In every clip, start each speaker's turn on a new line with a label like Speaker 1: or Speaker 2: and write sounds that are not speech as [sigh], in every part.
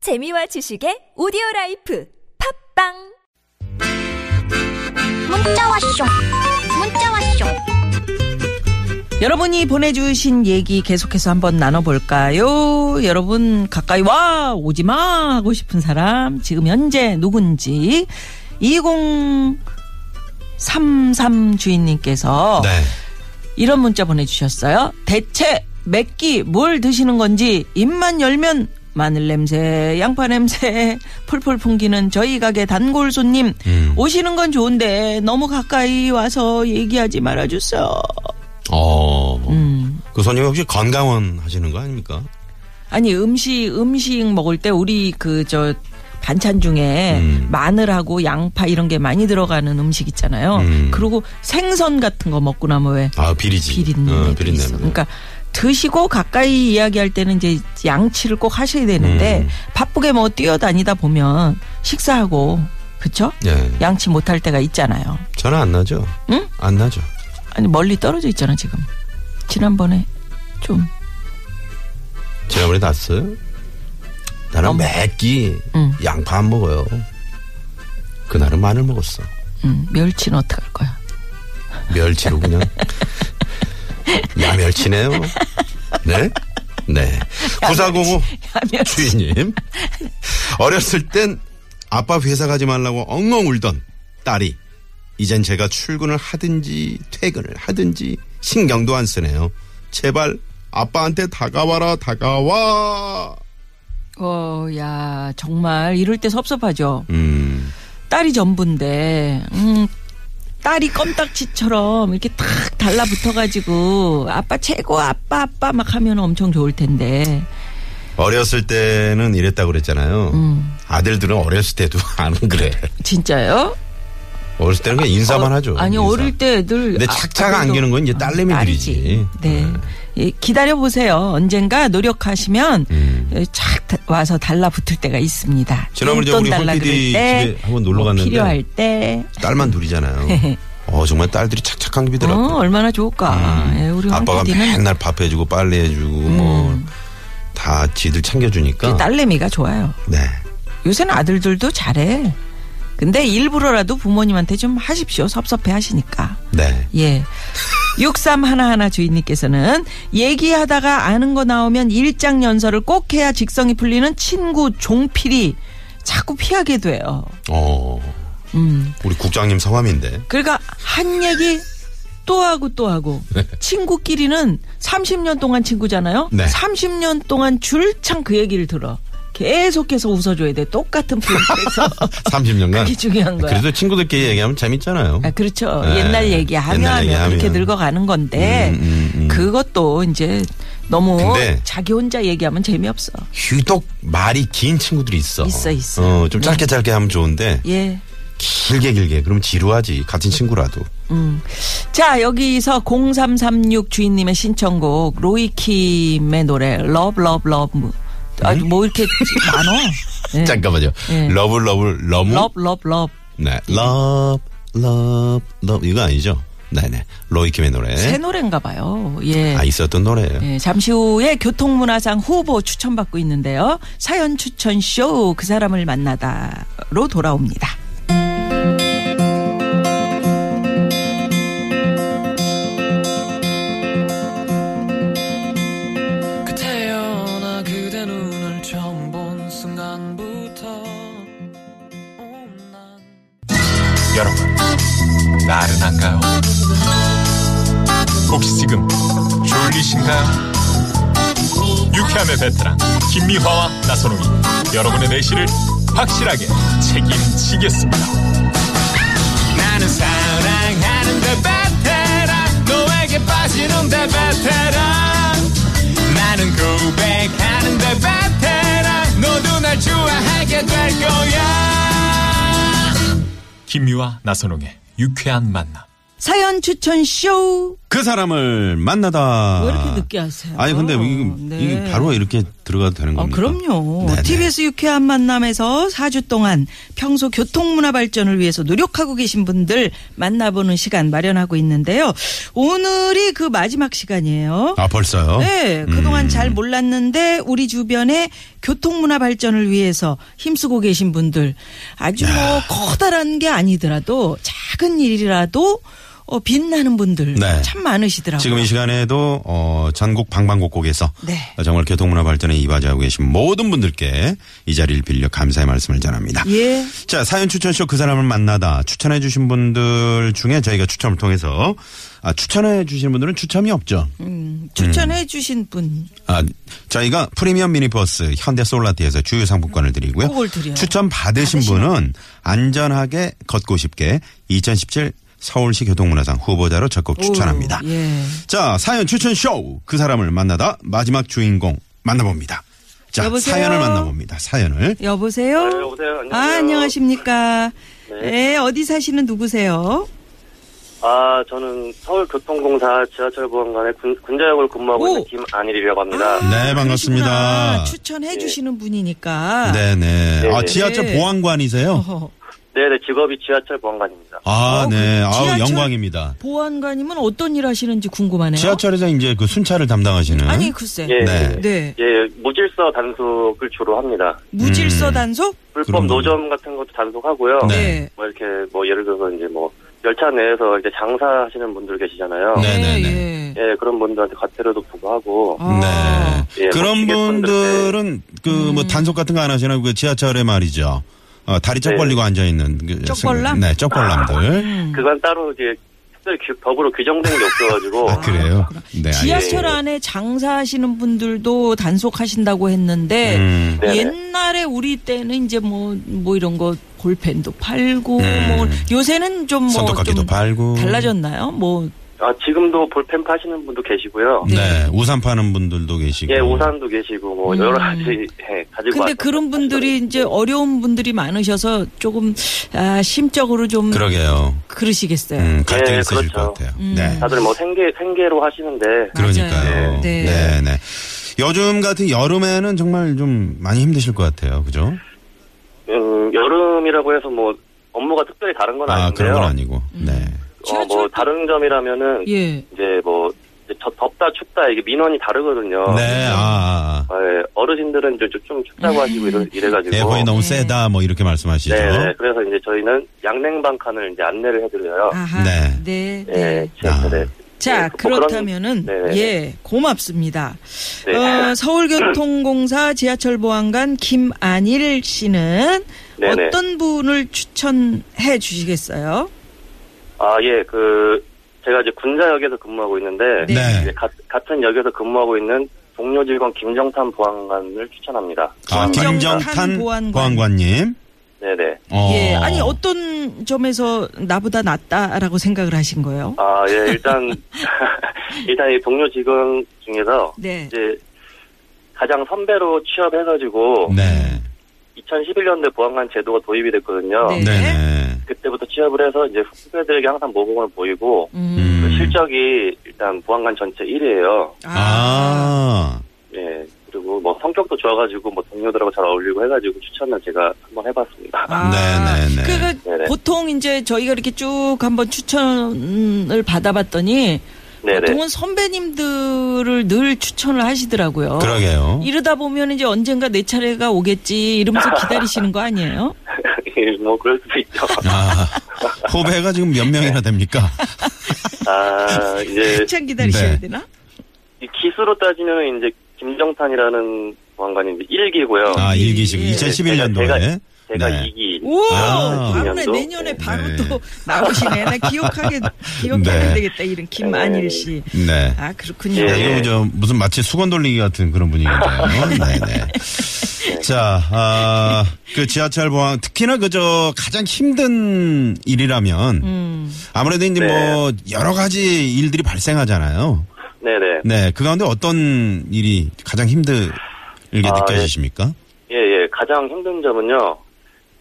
Speaker 1: 재미와 지식의 오디오 라이프 팝빵
Speaker 2: 문자 왔쇼 문자 왔쇼
Speaker 3: 여러분이 보내주신 얘기 계속해서 한번 나눠볼까요? 여러분 가까이 와 오지마 하고 싶은 사람 지금 현재 누군지 2033 주인님께서
Speaker 4: 네.
Speaker 3: 이런 문자 보내주셨어요. 대체 몇 끼 뭘 드시는 건지 입만 열면 마늘 냄새, 양파 냄새 풀풀 풍기는 저희 가게 단골 손님
Speaker 4: 음.
Speaker 3: 오시는 건 좋은데 너무 가까이 와서 얘기하지 말아주세요.
Speaker 4: 어.
Speaker 3: 음.
Speaker 4: 그 손님 혹시 건강원 하시는 거 아닙니까?
Speaker 3: 아니 음식 음식 먹을 때 우리 그 저 반찬 중에
Speaker 4: 음.
Speaker 3: 마늘하고 양파 이런 게 많이 들어가는 음식 있잖아요.
Speaker 4: 음.
Speaker 3: 그리고 생선 같은 거 먹고 나면 뭐 왜
Speaker 4: 아, 비리지.
Speaker 3: 비린내
Speaker 4: 어,
Speaker 3: 도
Speaker 4: 비린내.
Speaker 3: 있어. 그러니까 드시고 가까이 이야기할 때는 이제 양치를 꼭 하셔야 되는데
Speaker 4: 음.
Speaker 3: 바쁘게 뭐 뛰어다니다 보면 식사하고 그쵸?
Speaker 4: 예.
Speaker 3: 양치 못할 때가 있잖아요.
Speaker 4: 전화 안 나죠?
Speaker 3: 응?
Speaker 4: 안 나죠.
Speaker 3: 아니 멀리 떨어져 있잖아 지금. 지난번에 좀
Speaker 4: 지난번에 났어요?
Speaker 3: 어.
Speaker 4: 나는 매끼
Speaker 3: 음.
Speaker 4: 양파 안 먹어요. 그날은 마늘 먹었어.
Speaker 3: 음, 멸치는 어떡할 거야? [laughs]
Speaker 4: 멸치로 그냥. 야멸치네요. 네? 네. 9405
Speaker 3: 야, 멸치.
Speaker 4: 주인님. 어렸을 땐 아빠 회사 가지 말라고 엉엉 울던 딸이 이젠 제가 출근을 하든지 퇴근을 하든지 신경도 안 쓰네요. 제발 아빠한테 다가와라 다가와.
Speaker 3: 어, 야, 정말 이럴 때 섭섭하죠.
Speaker 4: 음.
Speaker 3: 딸이 전부인데, 음, 딸이 껌딱지처럼 이렇게 탁 달라붙어가지고 아빠 최고 아빠 아빠 막 하면 엄청 좋을 텐데.
Speaker 4: 어렸을 때는 이랬다고 그랬잖아요.
Speaker 3: 음.
Speaker 4: 아들들은 어렸을 때도 [laughs] 안 그래.
Speaker 3: 진짜요?
Speaker 4: 어렸을 때는 그냥 인사만
Speaker 3: 어,
Speaker 4: 하죠.
Speaker 3: 아니
Speaker 4: 인사.
Speaker 3: 어릴 때 늘.
Speaker 4: 근데
Speaker 3: 아,
Speaker 4: 착착
Speaker 3: 아들도-
Speaker 4: 안기는 건 이제 딸내미들이지.
Speaker 3: 딸이지. 네. 예, 기다려보세요. 언젠가 노력하시면
Speaker 4: 음.
Speaker 3: 예, 착 다- 와서 달라붙을 때가 있습니다.
Speaker 4: 지난번에
Speaker 3: 용돈
Speaker 4: 우리 홍
Speaker 3: 달라
Speaker 4: PD
Speaker 3: 그럴 때,
Speaker 4: 집에 한번 놀러
Speaker 3: 뭐
Speaker 4: 갔는데
Speaker 3: 필요할 때.
Speaker 4: 딸만
Speaker 3: [laughs]
Speaker 4: 둘이잖아요. 어 정말 딸들이 착착한 기더라고.
Speaker 3: 어, 얼마나 좋을까. 예, 우리
Speaker 4: 아빠가
Speaker 3: 황피디는 음.
Speaker 4: 맨날 밥 해주고 빨래 해주고 뭐 다 지들 챙겨주니까.
Speaker 3: 그 딸내미가 좋아요.
Speaker 4: 네.
Speaker 3: 요새는 아들들도 잘해. 근데 일부러라도 부모님한테 좀 하십시오. 섭섭해 하시니까.
Speaker 4: 네.
Speaker 3: 예. 6311 주인님께서는 얘기하다가 아는 거 나오면 일장 연설을 꼭 해야 직성이 풀리는 친구 종필이 자꾸 피하게 돼요.
Speaker 4: 어.
Speaker 3: 음.
Speaker 4: 우리 국장님 성함인데.
Speaker 3: 그러니까 한 얘기 또 하고 또 하고 친구끼리는 30년 동안 친구잖아요.
Speaker 4: 네.
Speaker 3: 30년 동안 줄창 그 얘기를 들어. 계속해서 웃어줘야 돼. 똑같은
Speaker 4: [laughs]
Speaker 3: 프로에서
Speaker 4: 30년간.
Speaker 3: 그게 중요한 거야.
Speaker 4: 네. 그래도 친구들끼리 얘기하면 재밌잖아요.
Speaker 3: 아, 그렇죠.
Speaker 4: 네.
Speaker 3: 옛날 얘기하면
Speaker 4: 옛날 얘기하면.
Speaker 3: 그렇게 늙어가는 건데
Speaker 4: 음, 음, 음.
Speaker 3: 그것도 이제 너무
Speaker 4: 근데
Speaker 3: 자기 혼자 얘기하면 재미없어.
Speaker 4: 유독 말이 긴 친구들이 있어.
Speaker 3: 있어, 있어. 네.
Speaker 4: 어, 좀 짧게 짧게 하면 좋은데
Speaker 3: 예.
Speaker 4: 길게 길게 그러면 지루하지. 같은 친구라도.
Speaker 3: 음. 자, 여기서 0336 주인님의 신청곡 로이킴의 노래 러브 러브 러브 아,
Speaker 4: 음?
Speaker 3: 뭐 이렇게
Speaker 4: [laughs]
Speaker 3: 많어. 예.
Speaker 4: 잠깐만요.
Speaker 3: 예.
Speaker 4: 러브 러브 러브.
Speaker 3: 러브 러브 러브
Speaker 4: 네. 러브 러브 러브 이거 아니죠? 네네. 로이킴의 노래.
Speaker 3: 새 노래인가 봐요. 예.
Speaker 4: 예? 아 있었던 노래예요.
Speaker 3: 예, 잠시 후에 교통문화상 후보 추천받고 있는데요. 사연 추천쇼 그 사람을 만나다로 돌아옵니다.
Speaker 5: 그 태어나 그대 눈을 처음 본 순간부터 온난
Speaker 6: 여러분, 나른한가요? 혹시 지금 졸리신가요? 유쾌함의 베테랑 김미화와 나선홍이 여러분의 내실을 확실하게 책임지겠습니다. 나는 사랑하는데 베테랑 너에게 빠지는데 베테랑 나는 고백하는데 베테랑 너도 날 좋아하게 될 거야. 김유와 나선홍의 유쾌한 만남.
Speaker 3: 사연 추천쇼
Speaker 4: 그 사람을 만나다.
Speaker 3: 왜 이렇게 늦게 하세요?
Speaker 4: 아. 아니 근데 이게,
Speaker 3: 네.
Speaker 4: 이게 바로 이렇게 들어가도 되는
Speaker 3: 어,
Speaker 4: 겁니까?
Speaker 3: 그럼요.
Speaker 4: 음. 네네.
Speaker 3: TBS 유쾌한 만남에서 4주 동안 평소 교통문화 발전을 위해서 노력하고 계신 분들 만나보는 시간 마련하고 있는데요. 오늘이 그 마지막 시간이에요.
Speaker 4: 아 음. 벌써요?
Speaker 3: 네, 그동안 잘 몰랐는데 우리 주변에 교통문화 발전을 위해서 힘쓰고 계신 분들 아주 뭐 커다란 게 아니더라도 작은 일이라도 어, 빛나는 분들
Speaker 4: 네.
Speaker 3: 참 많으시더라고요.
Speaker 4: 지금 이 시간에도 어, 전국 방방곡곡에서
Speaker 3: 네.
Speaker 4: 정말 교통문화 발전에 이바지하고 계신 모든 분들께 이 자리를 빌려 감사의 말씀을 전합니다.
Speaker 3: 예.
Speaker 4: 자 사연 추천쇼 그 사람을 만나다 추천해주신 분들 중에 저희가 추첨을 통해서 아, 추천해주신 분들은 추첨이 없죠. 음.
Speaker 3: 추천해 주신 분
Speaker 4: 아, 저희가 프리미엄 미니버스 현대 솔라티에서 주요 상품권을 드리고요.
Speaker 3: 그걸 드려요.
Speaker 4: 추천 받으신 분은 안전하게 걷고 싶게 2017 서울시 교통문화상 후보자로 적극 추천합니다.
Speaker 3: 오, 예.
Speaker 4: 자, 사연 추천 쇼! 그 사람을 만나다 마지막 주인공 만나봅니다. 자,
Speaker 3: 여보세요?
Speaker 4: 사연을 만나봅니다. 사연을.
Speaker 3: 여보세요?
Speaker 7: 네, 여보세요. 안녕하세요.
Speaker 3: 아, 안녕하십니까. 네.
Speaker 7: 네.
Speaker 3: 어디 사시는 누구세요?
Speaker 7: 아, 저는 서울교통공사 지하철 보안관의 군, 군자역을 근무하고
Speaker 3: 오.
Speaker 7: 있는 김안일이라고 합니다.
Speaker 3: 아,
Speaker 4: 네, 반갑습니다.
Speaker 3: 그러시구나. 추천해 주시는 분이니까.
Speaker 4: 네네. 아,
Speaker 7: 네.
Speaker 4: 지하철
Speaker 3: 네.
Speaker 4: 보안관이세요?
Speaker 3: 어허.
Speaker 7: 네네, 직업이 지하철 보안관입니다.
Speaker 4: 아,
Speaker 3: 어,
Speaker 4: 네.
Speaker 3: 그
Speaker 4: 아우,
Speaker 3: 지하철-
Speaker 4: 영광입니다.
Speaker 3: 보안관님은 어떤 일 하시는지 궁금하네요.
Speaker 4: 지하철에서 이제 그 순찰을 담당하시는.
Speaker 3: 아니, 글쎄.
Speaker 7: 예,
Speaker 4: 네.
Speaker 3: 네.
Speaker 7: 예, 무질서 단속을 주로 합니다.
Speaker 3: 무질서
Speaker 4: 음.
Speaker 3: 단속? 예.
Speaker 7: 불법
Speaker 4: 그런 거죠.
Speaker 7: 노점 같은 것도 단속하고요.
Speaker 4: 네.
Speaker 7: 뭐 이렇게 뭐 예를 들어서 이제 뭐 열차 내에서 이제 장사하시는 분들 계시잖아요.
Speaker 4: 네, 네, 네.
Speaker 3: 예.
Speaker 7: 예, 그런 분들한테 과태료도 부과하고.
Speaker 3: 아.
Speaker 4: 네.
Speaker 7: 예,
Speaker 4: 그런
Speaker 7: 멋지게
Speaker 4: 분들은 그 뭐
Speaker 7: 음.
Speaker 4: 단속 같은 거 안 하시나요? 그 지하철에 말이죠. 어, 다리 쩍
Speaker 7: 네.
Speaker 4: 벌리고 앉아 있는 그
Speaker 3: 쪽벌남?
Speaker 4: 네, 쪽벌남들.
Speaker 3: 아.
Speaker 7: 그건 따로 이제 특별히 규- 법으로 규정된 게 없어가지고.
Speaker 4: 아, 그래요. 네.
Speaker 3: 지하철
Speaker 7: 예.
Speaker 3: 안에 장사하시는 분들도 단속하신다고 했는데
Speaker 4: 음.
Speaker 7: 네네.
Speaker 3: 옛날에 우리 때는 이제 뭐 뭐 이런 거 볼펜도 팔고
Speaker 4: 음.
Speaker 3: 뭐 요새는 좀 뭐 좀
Speaker 4: 손톱깎이도 팔고.
Speaker 3: 달라졌나요? 뭐
Speaker 7: 아, 지금도 볼펜 파시는 분도 계시고요.
Speaker 4: 네. 우산 파는 분들도 계시고.
Speaker 7: 예, 우산도 계시고 뭐 여러 가지 예, 가지고
Speaker 3: 근데
Speaker 7: 와서
Speaker 3: 그런 분들이
Speaker 7: 네.
Speaker 3: 이제 어려운 분들이 많으셔서 조금 아, 심적으로 좀
Speaker 4: 그러게요.
Speaker 3: 그러시겠어요
Speaker 4: 음, 갈등이
Speaker 7: 예,
Speaker 4: 있으실
Speaker 7: 그렇죠.
Speaker 4: 것 같아요.
Speaker 3: 네. 음.
Speaker 4: 네.
Speaker 7: 다들 뭐 생계 생계로 하시는데
Speaker 4: 그러니까요.
Speaker 3: 맞아요. 네.
Speaker 4: 네, 네. 요즘 같은 여름에는 정말 좀 많이 힘드실 것 같아요. 그죠?
Speaker 7: 음, 여름이라고 해서 뭐 업무가 특별히 다른 건
Speaker 4: 아,
Speaker 7: 아닌데요.
Speaker 4: 그런 건 아니고. 네.
Speaker 7: 어, 뭐 다른 점이라면은
Speaker 3: 예.
Speaker 7: 이제 뭐 이제 더- 덥다 춥다 이게 민원이 다르거든요.
Speaker 4: 네, 아, 아. 아.
Speaker 7: 음. 어, 예, 어르신들은 이제 좀 춥다고 하시고 이래, 이래가지고
Speaker 4: 에어컨이 너무
Speaker 3: 네.
Speaker 4: 세다 뭐 이렇게 말씀하시죠.
Speaker 7: 네, 네, 그래서 이제 저희는 양냉방 칸을 이제 안내를 해드려요.
Speaker 3: 아하.
Speaker 4: 네.
Speaker 3: 네.
Speaker 7: 예,
Speaker 3: 네.
Speaker 7: 지하철에.
Speaker 4: 아.
Speaker 3: 자,
Speaker 7: 예, 뭐 그런-
Speaker 3: 그렇다면은
Speaker 7: 네네.
Speaker 3: 예, 고맙습니다.
Speaker 7: 네.
Speaker 3: 어, 서울교통공사 지하철 보안관 김안일 씨는
Speaker 7: 네네.
Speaker 3: 어떤 분을 추천해 주시겠어요?
Speaker 7: 아, 예, 그, 제가 이제 군자역에서 근무하고 있는데,
Speaker 4: 네.
Speaker 7: 이제 가- 같은 역에서 근무하고 있는 동료 직원 김정탄 보안관을 추천합니다.
Speaker 4: 아,
Speaker 3: 김정탄
Speaker 4: 김정탄
Speaker 3: 보안관.
Speaker 4: 보안관. 님
Speaker 7: 네네.
Speaker 4: 어.
Speaker 3: 예. 아니, 어떤 점에서 나보다 낫다라고 생각을 하신 거예요?
Speaker 7: 아, 예, 일단, [laughs] 일단 이 동료 직원 중에서,
Speaker 3: 네.
Speaker 7: 이제, 가장 선배로 취업해가지고,
Speaker 4: 네.
Speaker 7: 2011년도에 보안관 제도가 도입이 됐거든요.
Speaker 3: 네.
Speaker 4: 네. 네.
Speaker 7: 그때부터 취업을 해서 이제 후배들에게 항상 모범을 보이고,
Speaker 3: 음.
Speaker 7: 그
Speaker 4: 음.
Speaker 7: 실적이 일단 보안관 전체 1위예요
Speaker 4: 아.
Speaker 7: 예. 그리고 뭐 성격도 좋아가지고 뭐 동료들하고 잘 어울리고 해가지고 추천을 제가 한번 해봤습니다.
Speaker 4: 아, 네네네.
Speaker 3: 아, 그러니까
Speaker 7: 네네.
Speaker 3: 보통 이제 저희가 이렇게 쭉 한번 추천을 받아봤더니
Speaker 7: [laughs] 네네.
Speaker 3: 보통은 선배님들을 늘 추천을 하시더라고요.
Speaker 4: 그러게요.
Speaker 3: 이러다 보면 이제 언젠가 내 차례가 오겠지 [laughs] 이러면서 기다리시는 거 아니에요?
Speaker 7: [laughs] 예, 뭐 그럴
Speaker 4: [laughs]
Speaker 7: 수도 있죠.
Speaker 4: 아, 후배가 지금 몇 명이나
Speaker 3: [laughs]
Speaker 4: 됩니까?
Speaker 7: 아 이제
Speaker 3: 한참 기다리셔야
Speaker 4: 네.
Speaker 3: 되나?
Speaker 7: 이 기수로 따지면 이제 김정탄이라는 보안관이 1기고요.
Speaker 4: 아, 일기시고
Speaker 3: 예.
Speaker 4: 2011년도에.
Speaker 7: 제가
Speaker 4: 네.
Speaker 7: 2기.
Speaker 3: 오,
Speaker 4: 아.
Speaker 3: 바로네
Speaker 7: 김연도?
Speaker 3: 내년에 바로
Speaker 4: 네.
Speaker 3: 또 나오시네. 나 기억하게 기억하면
Speaker 4: 네.
Speaker 3: 되겠다 이런 김안일
Speaker 7: 네.
Speaker 3: 씨.
Speaker 4: 네.
Speaker 3: 아 그렇군요.
Speaker 7: 예.
Speaker 4: 야, 이거 저 무슨 마치 수건 돌리기 같은
Speaker 3: [laughs]
Speaker 4: 그런 분위기인데요. 네네. 자, 아, 그 지하철 보안, 특히나 그저 가장 힘든 일이라면
Speaker 3: 음.
Speaker 4: 아무래도 이제
Speaker 7: 네.
Speaker 4: 뭐 여러 가지 일들이 발생하잖아요.
Speaker 7: 네네.
Speaker 4: 네, 그 가운데 어떤 일이 가장 힘들게
Speaker 7: 아,
Speaker 4: 느껴지십니까?
Speaker 7: 예예. 가장 힘든 점은요.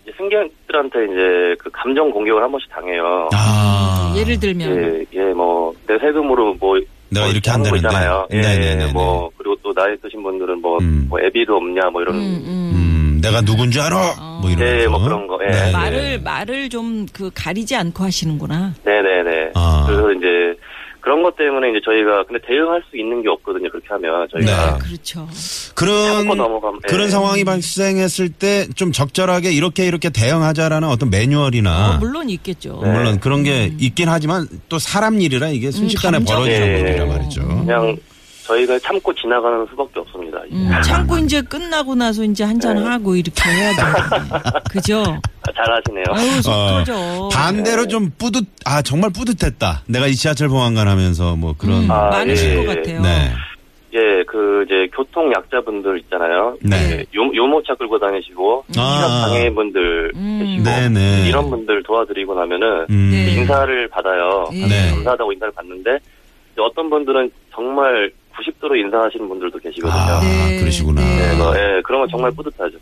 Speaker 7: 이제 승객들한테 이제 그 감정 공격을 한 번씩 당해요.
Speaker 4: 아,
Speaker 3: 예를 들면
Speaker 7: 예, 예, 뭐, 내 세금으로 뭐,
Speaker 4: 내가
Speaker 7: 뭐
Speaker 4: 이렇게
Speaker 7: 하는 거
Speaker 4: 한다는데.
Speaker 7: 있잖아요. 예,
Speaker 4: 네네네네.
Speaker 7: 뭐, 그리고 또 그리고 나이 드신 분들은 뭐,
Speaker 4: 음.
Speaker 7: 뭐 애비도 없냐 뭐 이런
Speaker 4: 음, 내가 누군지 알아.
Speaker 3: 어.
Speaker 4: 뭐 이런
Speaker 7: 네,
Speaker 4: 거.
Speaker 7: 뭐 그런 거, 예.
Speaker 4: 네.
Speaker 3: 말을 말을 좀 그 가리지 않고 하시는구나.
Speaker 7: 네네네.
Speaker 4: 아.
Speaker 7: 그래서 이제 그런 것 때문에 이제 저희가 근데 대응할 수 있는 게 없거든요. 그렇게 하면
Speaker 4: 아. 네.
Speaker 7: 저희가
Speaker 3: 그렇죠.
Speaker 4: 그런
Speaker 7: 참고 넘어가면, 예.
Speaker 4: 그런 상황이 발생했을 때 좀 적절하게 이렇게 이렇게 대응하자라는 어떤 매뉴얼이나
Speaker 3: 어, 물론 있겠죠.
Speaker 7: 네.
Speaker 4: 물론 그런 게 있긴 하지만 또 사람 일이라 이게 순식간에
Speaker 3: 음, 감정.
Speaker 4: 벌어지는
Speaker 7: 예.
Speaker 4: 일이라 말이죠.
Speaker 7: 그냥 저희가 참고 지나가는 수밖에 없습니다. 이제.
Speaker 3: 음, 참고 이제 끝나고 나서 이제 한잔 하고 이렇게
Speaker 4: [laughs]
Speaker 3: 해야죠. 그죠?
Speaker 7: 아, 잘하시네요.
Speaker 3: 아유 속
Speaker 4: 어,
Speaker 3: 터져. 네.
Speaker 4: 반대로 좀 뿌듯 아 정말 뿌듯했다. 내가 이 지하철 보안관 하면서 뭐 그런
Speaker 3: 음,
Speaker 7: 아,
Speaker 3: 많으실
Speaker 7: 예.
Speaker 3: 것 같아요.
Speaker 4: 네.
Speaker 7: 예, 그 이제 교통 약자분들 있잖아요.
Speaker 4: 네.
Speaker 7: 요, 요모차 끌고 다니시고 시각
Speaker 4: 아.
Speaker 7: 장애인분들
Speaker 3: 음.
Speaker 7: 계시고
Speaker 4: 네네.
Speaker 7: 이런 분들 도와드리고 나면은
Speaker 4: 음.
Speaker 3: 네.
Speaker 7: 예. 인사를 받아요.
Speaker 3: 예.
Speaker 4: 네.
Speaker 7: 감사하다고 인사를 받는데 이제 어떤 분들은 정말 90도로 인사하시는 분들도 계시거든요.
Speaker 4: 아,
Speaker 3: 네.
Speaker 4: 그러시구나.
Speaker 7: 네,
Speaker 4: 네.
Speaker 7: 뭐, 예, 그런 건 정말 뿌듯하죠.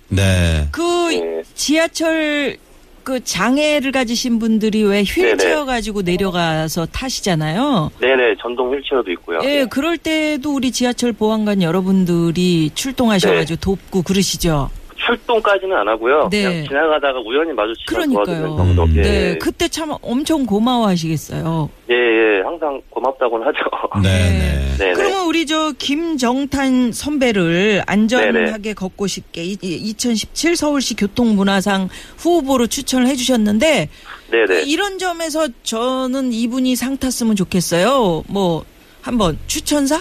Speaker 3: 그
Speaker 7: 예.
Speaker 3: 지하철 그 장애를 가지신 분들이 왜 휠체어
Speaker 7: 네네.
Speaker 3: 가지고 내려가서 타시잖아요.
Speaker 7: 네네, 전동 휠체어도 있고요.
Speaker 3: 예, 그럴 때도 우리 지하철 보안관 여러분들이 출동하셔가지고
Speaker 7: 네.
Speaker 3: 돕고 그러시죠.
Speaker 7: 출동까지는 안 하고요.
Speaker 3: 네.
Speaker 7: 그냥 지나가다가 우연히 마주치면
Speaker 3: 그러니까요.
Speaker 7: 도와주는 정도. 예.
Speaker 3: 네, 그때 참 엄청 고마워하시겠어요.
Speaker 7: 예, 예, 항상 고맙다고는 하죠.
Speaker 4: 네. 네.
Speaker 7: 아, [laughs] 네네.
Speaker 3: 그러면 우리 저 김정탄 선배를 안전하게 걷고 싶게 2017 서울시 교통문화상 후보로 추천을 해주셨는데
Speaker 7: 네네.
Speaker 3: 이런 점에서 저는 이분이 상 탔으면 좋겠어요. 뭐 한번 추천사?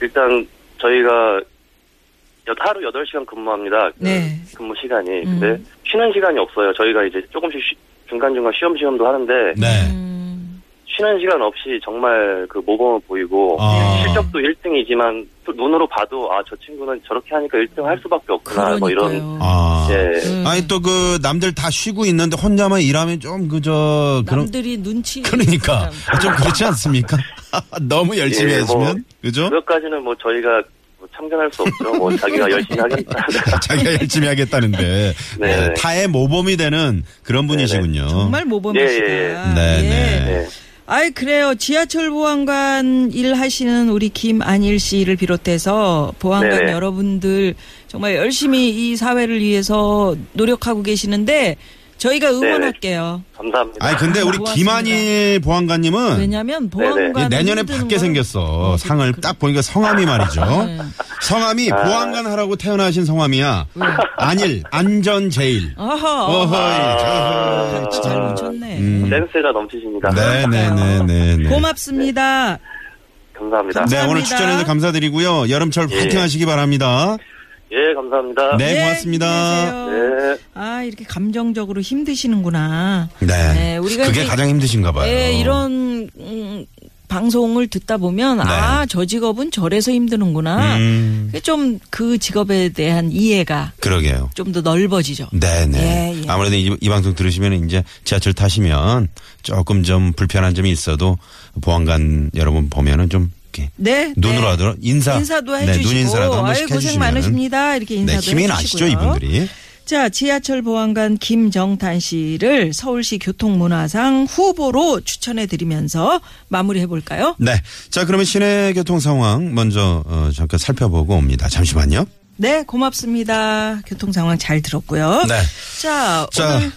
Speaker 7: 일단 저희가 여- 하루 8시간 근무합니다. 그
Speaker 3: 네.
Speaker 7: 근무 시간이.
Speaker 3: 음.
Speaker 7: 근데 쉬는 시간이 없어요. 저희가 이제 조금씩 쉬- 중간중간 시험시험도 하는데
Speaker 4: 네.
Speaker 3: 음,
Speaker 7: 쉬는 시간 없이 정말 그 모범을 보이고
Speaker 4: 아.
Speaker 7: 어, 실적도 1등이지만 눈으로 봐도 아 저 친구는 저렇게 하니까 1등 할 수밖에 없구나 뭐 이런
Speaker 3: 그러니까요.
Speaker 4: 아.
Speaker 7: 예.
Speaker 3: 음.
Speaker 4: 아니 또 그 남들 다 쉬고 있는데 혼자만 일하면 좀 그저 그런
Speaker 3: 남들이 눈치
Speaker 4: [laughs] 그러니까 좀 그렇지 않습니까? [laughs] 너무 열심히
Speaker 7: 예, 뭐,
Speaker 4: 했으면 그죠?
Speaker 7: 그것까지는 뭐 저희가 뭐 참견할 수 없죠.
Speaker 4: [laughs]
Speaker 7: 뭐 자기가 열심히 하겠다. [laughs]
Speaker 4: 아, 자기가 열심히 하겠다는데
Speaker 7: 네.
Speaker 4: 어, 타의 모범이 되는 그런 분이시군요.
Speaker 3: 정말 모범이시다.
Speaker 7: 예, 예.
Speaker 4: 네, 네.
Speaker 7: 네.
Speaker 3: 아이 그래요. 지하철 보안관 일 하시는 우리 김안일 씨를 비롯해서 보안관
Speaker 7: 네네.
Speaker 3: 여러분들 정말 열심히 이 사회를 위해서 노력하고 계시는데 저희가 응원할게요.
Speaker 7: 감사합니다.
Speaker 4: 아니 근데 우리
Speaker 3: 고맙습니다.
Speaker 4: 김한일 보안관님은
Speaker 3: 왜냐하면
Speaker 7: 네네.
Speaker 3: 보안관
Speaker 4: 이게 내년에 받게 생겼어. 상을 딱 보니까 성함이 말이죠.
Speaker 3: 네.
Speaker 4: 성함이 보안관 하라고 태어나신 성함이야. 안일 안전 제일.
Speaker 3: 아하.
Speaker 4: 어허이.
Speaker 7: 아.
Speaker 3: 같이 잘 묻혔네.
Speaker 4: 음. 네.
Speaker 7: 센스가 넘치십니다.
Speaker 4: 네네네네.
Speaker 3: 고맙습니다.
Speaker 7: 감사합니다.
Speaker 4: 네 오늘 추천해서 감사드리고요. 여름철
Speaker 7: 예.
Speaker 4: 파이팅하시기 바랍니다.
Speaker 7: 예, 감사합니다.
Speaker 4: 네
Speaker 3: 예,
Speaker 4: 고맙습니다.
Speaker 3: 힘내세요.
Speaker 7: 네.
Speaker 3: 아 이렇게 감정적으로 힘드시는구나.
Speaker 4: 네.
Speaker 3: 네, 우리가
Speaker 4: 그게
Speaker 3: 이제-
Speaker 4: 가장 힘드신가 봐요.
Speaker 3: 예, 이런 음, 방송을 듣다 보면 아 저 직업은 저래서 힘드는구나.
Speaker 4: 네. 음,
Speaker 3: 좀 그 직업에 대한 이해가
Speaker 4: 그러게요.
Speaker 3: 좀 더 넓어지죠.
Speaker 4: 네네.
Speaker 3: 예, 예.
Speaker 4: 아무래도 이, 이 방송 들으시면 이제 지하철 타시면 조금 좀 불편한 점이 있어도 보안관 여러분 보면은 좀 이렇게
Speaker 3: 네,
Speaker 4: 눈으로
Speaker 3: 네.
Speaker 4: 하더라도 인사.
Speaker 3: 인사도
Speaker 4: 네,
Speaker 3: 해주시고,
Speaker 4: 눈 인사라도 한번
Speaker 3: 아유 고생
Speaker 4: 시켜주시면은.
Speaker 3: 많으십니다. 이렇게
Speaker 4: 네,
Speaker 3: 인사도
Speaker 4: 힘이 나시죠,
Speaker 3: 해주시고요.
Speaker 4: 이분들이.
Speaker 3: 자, 지하철 보안관 김정탄 씨를 서울시 교통문화상 후보로 추천해 드리면서 마무리해 볼까요?
Speaker 4: 네. 자, 그러면 시내 교통 상황 먼저 어, 잠깐 살펴보고 옵니다. 잠시만요.
Speaker 3: 네, 고맙습니다. 교통 상황 잘 들었고요.
Speaker 4: 네.
Speaker 3: 자,
Speaker 4: 자,
Speaker 3: 오늘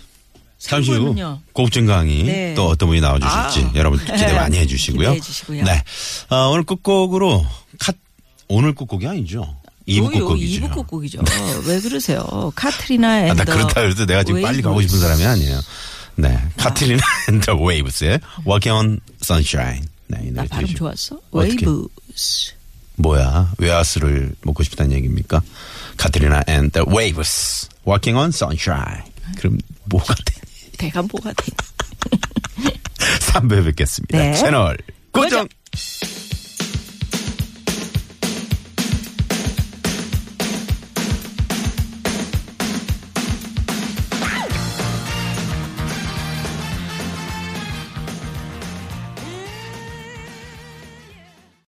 Speaker 4: 잠시 후
Speaker 3: 삼부는요?
Speaker 4: 고급진 강의
Speaker 3: 네.
Speaker 4: 또 어떤 분이 나와주실지
Speaker 3: 아.
Speaker 4: 여러분 기대 많이 해주시고요.
Speaker 3: 기대해 주시고요.
Speaker 4: 네. 아, 오늘 끝곡으로 카 오늘 끝곡이 아니죠. 2부
Speaker 3: 요요
Speaker 4: 끝곡이죠. 네.
Speaker 3: 이부 끝곡이죠. 어, 왜 그러세요? 카트리나 앤더
Speaker 4: 아, 나 그렇다 그래서 내가 지금 빨리 가고 싶은 사람이 아니에요. 네. 카트리나
Speaker 3: 아.
Speaker 4: 앤더 웨이브스의 Walking on Sunshine. 네, 이
Speaker 3: 나
Speaker 4: 노래
Speaker 3: 발음
Speaker 4: 들으시고.
Speaker 3: 좋았어?
Speaker 4: 어떻게?
Speaker 3: 웨이브스.
Speaker 4: 뭐야? 웨하스를 먹고 싶다는 얘기입니까? 카트리나 앤더 웨이브스. Walking on Sunshine. 그럼 뭐가 돼? [laughs]
Speaker 3: 대감보가 돼.
Speaker 4: 3부에 뵙겠습니다.
Speaker 3: 네.
Speaker 4: 채널 고정.
Speaker 3: 고정!